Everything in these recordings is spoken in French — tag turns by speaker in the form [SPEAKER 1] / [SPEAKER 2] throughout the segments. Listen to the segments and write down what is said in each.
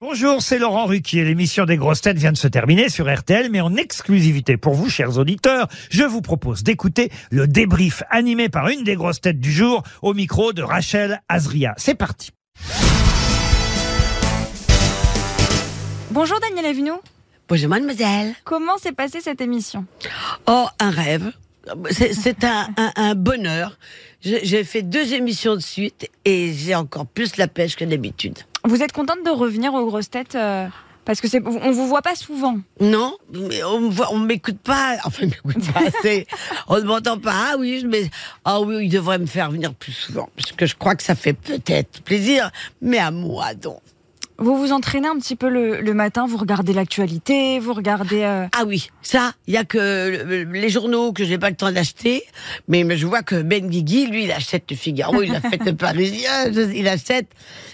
[SPEAKER 1] Bonjour, c'est Laurent Ruquier. L'émission des grosses têtes vient de se terminer sur RTL, mais en exclusivité pour vous, chers auditeurs, je vous propose d'écouter le débrief animé par une des grosses têtes du jour au micro de Rachel Azria. C'est parti.
[SPEAKER 2] Bonjour Daniel Avignon,
[SPEAKER 3] Bonjour mademoiselle.
[SPEAKER 2] comment s'est passée cette émission
[SPEAKER 3] Oh, un rêve. C'est- C'est un, un- un bonheur. J'ai j'ai fait deux émissions de suite et j'ai encore plus la pêche que d'habitude.
[SPEAKER 2] Vous êtes contente de revenir aux grosses têtes euh, parce que c'est on vous voit pas souvent.
[SPEAKER 3] Non, mais on me voit- on m'écoute pas. Enfin, on m'écoute pas. c'est- on ne m'entend pas. Ah oui, je- mais ah oui, il devrait me faire venir plus souvent parce que je crois que ça fait peut-être plaisir, mais à moi donc.
[SPEAKER 2] Vous vous entraînez un petit peu le, le matin, vous regardez l'actualité, vous regardez. euh,
[SPEAKER 3] Ah oui, ça, il y a que le- les journaux que j'ai pas le temps d'acheter, mais je vois que Ben Guigui, lui, il achète le Figaro, il achète le Parisien, je- il achète.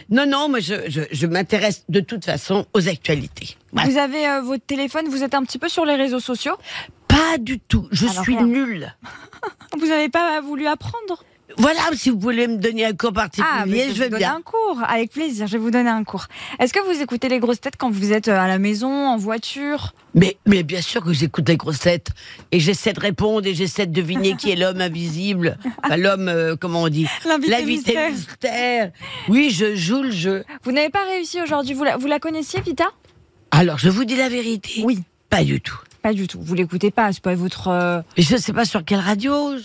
[SPEAKER 3] Non, non, mais je, je- je m'intéresse de toute façon aux actualités. Voilà.
[SPEAKER 2] Vous avez euh, votre téléphone, vous êtes un petit peu sur les réseaux sociaux.
[SPEAKER 3] Pas du tout, je
[SPEAKER 2] Alors,
[SPEAKER 3] suis
[SPEAKER 2] rien.
[SPEAKER 3] nulle.
[SPEAKER 2] Vous n'avez pas voulu apprendre
[SPEAKER 3] Voilà, si vous voulez me donner un cours
[SPEAKER 2] Ah, mais
[SPEAKER 3] particulier,
[SPEAKER 2] je vais
[SPEAKER 3] je
[SPEAKER 2] vous
[SPEAKER 3] veux
[SPEAKER 2] donner
[SPEAKER 3] bien.
[SPEAKER 2] un cours, avec plaisir, je vais vous donner un cours. Est-ce que vous écoutez les grosses têtes quand vous êtes euh, à la maison, en voiture
[SPEAKER 3] Mais, mais bien sûr que j'écoute les grosses têtes et j'essaie de répondre et j'essaie de deviner qui est l'homme invisible, Enfin, l'homme, euh, comment on dit
[SPEAKER 2] L'invité
[SPEAKER 3] L'invité
[SPEAKER 2] mystère.
[SPEAKER 3] mystère. Oui, je joue le jeu.
[SPEAKER 2] Vous n'avez pas réussi aujourd'hui, vous la, vous la connaissiez, Vita
[SPEAKER 3] Alors, je vous dis la vérité.
[SPEAKER 2] Oui.
[SPEAKER 3] Pas du tout.
[SPEAKER 2] Pas du tout, vous l'écoutez pas, c'est pas votre. euh,
[SPEAKER 3] Mais je ne sais pas sur quelle radio. je-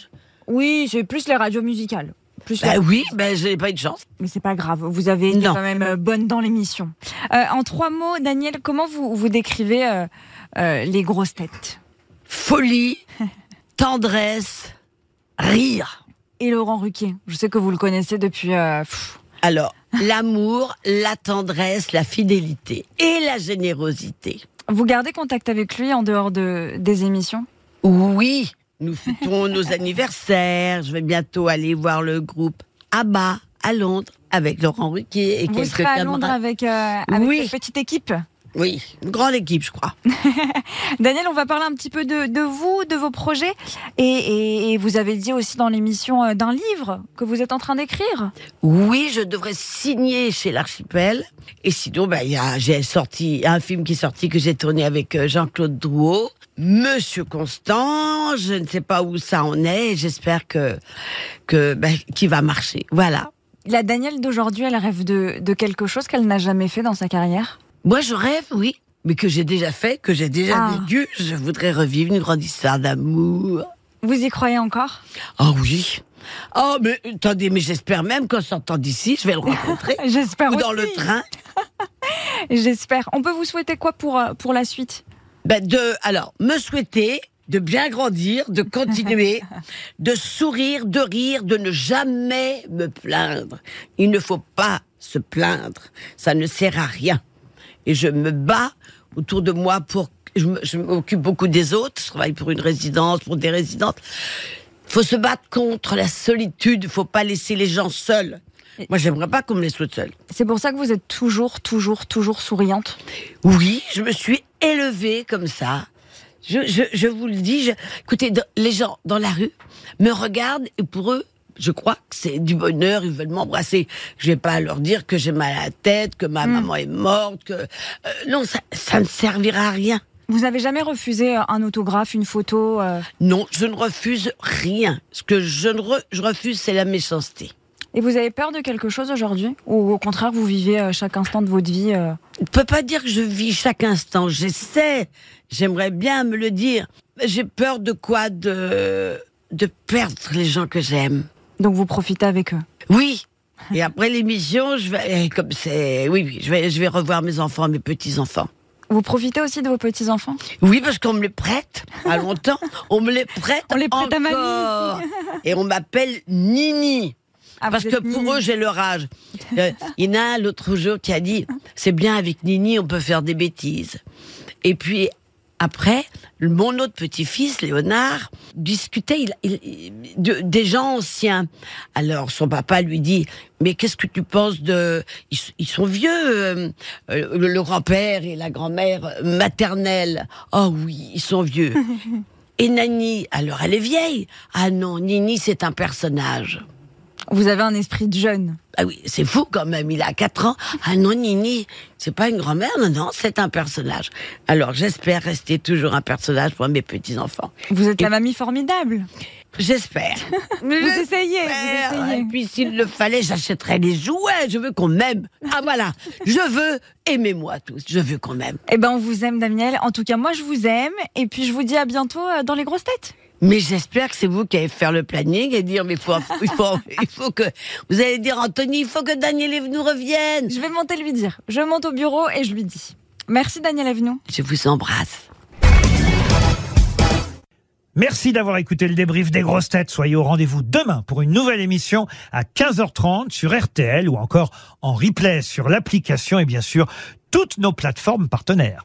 [SPEAKER 2] Oui, c'est plus les radios musicales. Plus les-
[SPEAKER 3] Bah oui, ben je n'ai pas eu de chance.
[SPEAKER 2] Mais c'est pas grave, vous avez été
[SPEAKER 3] Non.
[SPEAKER 2] quand même euh, bonne dans l'émission. Euh, en trois mots, Daniel, comment vous, vous décrivez euh, euh, les grosses têtes
[SPEAKER 3] Folie, tendresse, rire.
[SPEAKER 2] Et Laurent Ruquier, je sais que vous le connaissez depuis... euh, pff,
[SPEAKER 3] Alors, l'amour, la tendresse, la fidélité et la générosité.
[SPEAKER 2] vous gardez contact avec lui en dehors de, des émissions
[SPEAKER 3] Oui, nous fêtons nos anniversaires. Je vais bientôt aller voir le groupe ABBA à Londres avec Laurent Ruquier et
[SPEAKER 2] Vous
[SPEAKER 3] quelques
[SPEAKER 2] serez à Londres
[SPEAKER 3] camarades.
[SPEAKER 2] avec, euh, avec
[SPEAKER 3] Oui.
[SPEAKER 2] cette petite équipe
[SPEAKER 3] Oui, une grande équipe, je crois.
[SPEAKER 2] Daniel, on va parler un petit peu de, de vous, de vos projets. Et, et- et vous avez dit aussi dans l'émission euh, d'un livre que vous êtes en train d'écrire.
[SPEAKER 3] Oui, je devrais signer chez l'archipel. Et sinon, bah, il y a- j'ai sorti un film qui est sorti que j'ai tourné avec euh, Jean-Claude Drouot. Monsieur Constant, je ne sais pas où ça en est. J'espère que, que, bah, qu'il va marcher. Voilà.
[SPEAKER 2] La Daniel d'aujourd'hui, elle rêve de, de quelque chose qu'elle n'a jamais fait dans sa carrière.
[SPEAKER 3] Moi, je rêve, oui. Mais que j'ai déjà fait, que j'ai déjà
[SPEAKER 2] Ah.
[SPEAKER 3] vécu. Je voudrais revivre une grande histoire d'amour.
[SPEAKER 2] Vous y croyez encore
[SPEAKER 3] Ah oui. Oh, mais attendez, mais j'espère même qu'en sortant d'ici, je vais le rencontrer.
[SPEAKER 2] J'espère
[SPEAKER 3] ou dans
[SPEAKER 2] aussi.
[SPEAKER 3] le train.
[SPEAKER 2] J'espère. On peut vous souhaiter quoi pour, euh, pour la suite
[SPEAKER 3] Ben, de, alors, me souhaiter de bien grandir, de continuer, de sourire, de rire, de ne jamais me plaindre. Il ne faut pas se plaindre, ça ne sert à rien. Et je me bats autour de moi pour... Je me- je m'occupe beaucoup des autres, je travaille pour une résidence, pour des résidentes. faut se battre contre la solitude, faut pas laisser les gens seuls. Moi, j'aimerais pas qu'on me laisse toute seule.
[SPEAKER 2] C'est pour ça que vous êtes toujours, toujours, toujours souriante.
[SPEAKER 3] Oui, je me suis élevée comme ça. Je, je, je vous le dis, je- écoutez, dans- les gens dans la rue me regardent et pour eux, je crois que c'est du bonheur, ils veulent m'embrasser. Je vais pas leur dire que j'ai mal à la tête, que ma maman est morte, que... euh, non, ça, ça ne servira à rien.
[SPEAKER 2] Vous n'avez jamais refusé euh, un autographe, une photo euh,
[SPEAKER 3] Non, je ne refuse rien. Ce que je, ne re- je refuse, c'est la méchanceté.
[SPEAKER 2] Et vous avez peur de quelque chose aujourd'hui Ou au contraire, vous vivez euh, chaque instant de votre vie euh,
[SPEAKER 3] ne peut pas dire que je vis chaque instant. J'essaie. J'aimerais bien me le dire. Mais J'ai peur de quoi De de perdre les gens que j'aime.
[SPEAKER 2] Donc vous profitez avec eux.
[SPEAKER 3] Oui. Et après l'émission, je vais eh, comme c'est oui, oui, je vais je vais revoir mes enfants, mes petits enfants.
[SPEAKER 2] Vous profitez aussi de vos petits-enfants
[SPEAKER 3] Oui, parce qu'on me les prête à longtemps. On me les prête.
[SPEAKER 2] On les prête à mamie.
[SPEAKER 3] encore. Et on m'appelle Nini.
[SPEAKER 2] Ah,
[SPEAKER 3] Parce
[SPEAKER 2] vous
[SPEAKER 3] que
[SPEAKER 2] êtes
[SPEAKER 3] pour
[SPEAKER 2] mignonne.
[SPEAKER 3] eux, j'ai leur âge. Euh, il y en a un l'autre jour qui a dit C'est bien, avec Nini, on peut faire des bêtises. Et puis, après, le- mon autre petit-fils, Léonard, discutait il- il- il- de- des gens anciens. Alors, son papa lui dit Mais qu'est-ce que tu penses de. Ils, s- ils sont vieux, euh, euh, le, le grand-père et la grand-mère maternelle. Oh oui, ils sont vieux. Et Nani, alors elle est vieille. Ah non, Nini, c'est un personnage.
[SPEAKER 2] Vous avez un esprit de jeune.
[SPEAKER 3] Ah oui, c'est fou quand même, il a 4 ans. Ah non, Nini, c'est pas une grand-mère, non, non, c'est un personnage. Alors j'espère rester toujours un personnage pour mes petits-enfants.
[SPEAKER 2] Vous êtes
[SPEAKER 3] Et-
[SPEAKER 2] la mamie formidable.
[SPEAKER 3] J'espère. Mais
[SPEAKER 2] Vous
[SPEAKER 3] j'espère.
[SPEAKER 2] essayez, vous essayez.
[SPEAKER 3] Et puis s'il le fallait, j'achèterais les jouets. Je veux qu'on m'aime. Ah voilà, je veux, aimez-moi tous, je veux qu'on m'aime.
[SPEAKER 2] Eh ben, on vous aime, Daniel. En tout cas, moi, je vous aime. Et puis, je vous dis à bientôt euh, dans les grosses têtes.
[SPEAKER 3] Mais j'espère que c'est vous qui allez faire le planning et dire, mais faut, il, faut, il faut que... Vous allez dire, Anthony, il faut que Daniel nous revienne.
[SPEAKER 2] Je vais monter lui dire. Je monte au bureau et je lui dis. Merci, Daniel Avignon.
[SPEAKER 3] Je vous embrasse.
[SPEAKER 1] Merci d'avoir écouté le débrief des grosses têtes. Soyez au rendez-vous demain pour une nouvelle émission à 15h30 sur RTL ou encore en replay sur l'application et bien sûr toutes nos plateformes partenaires.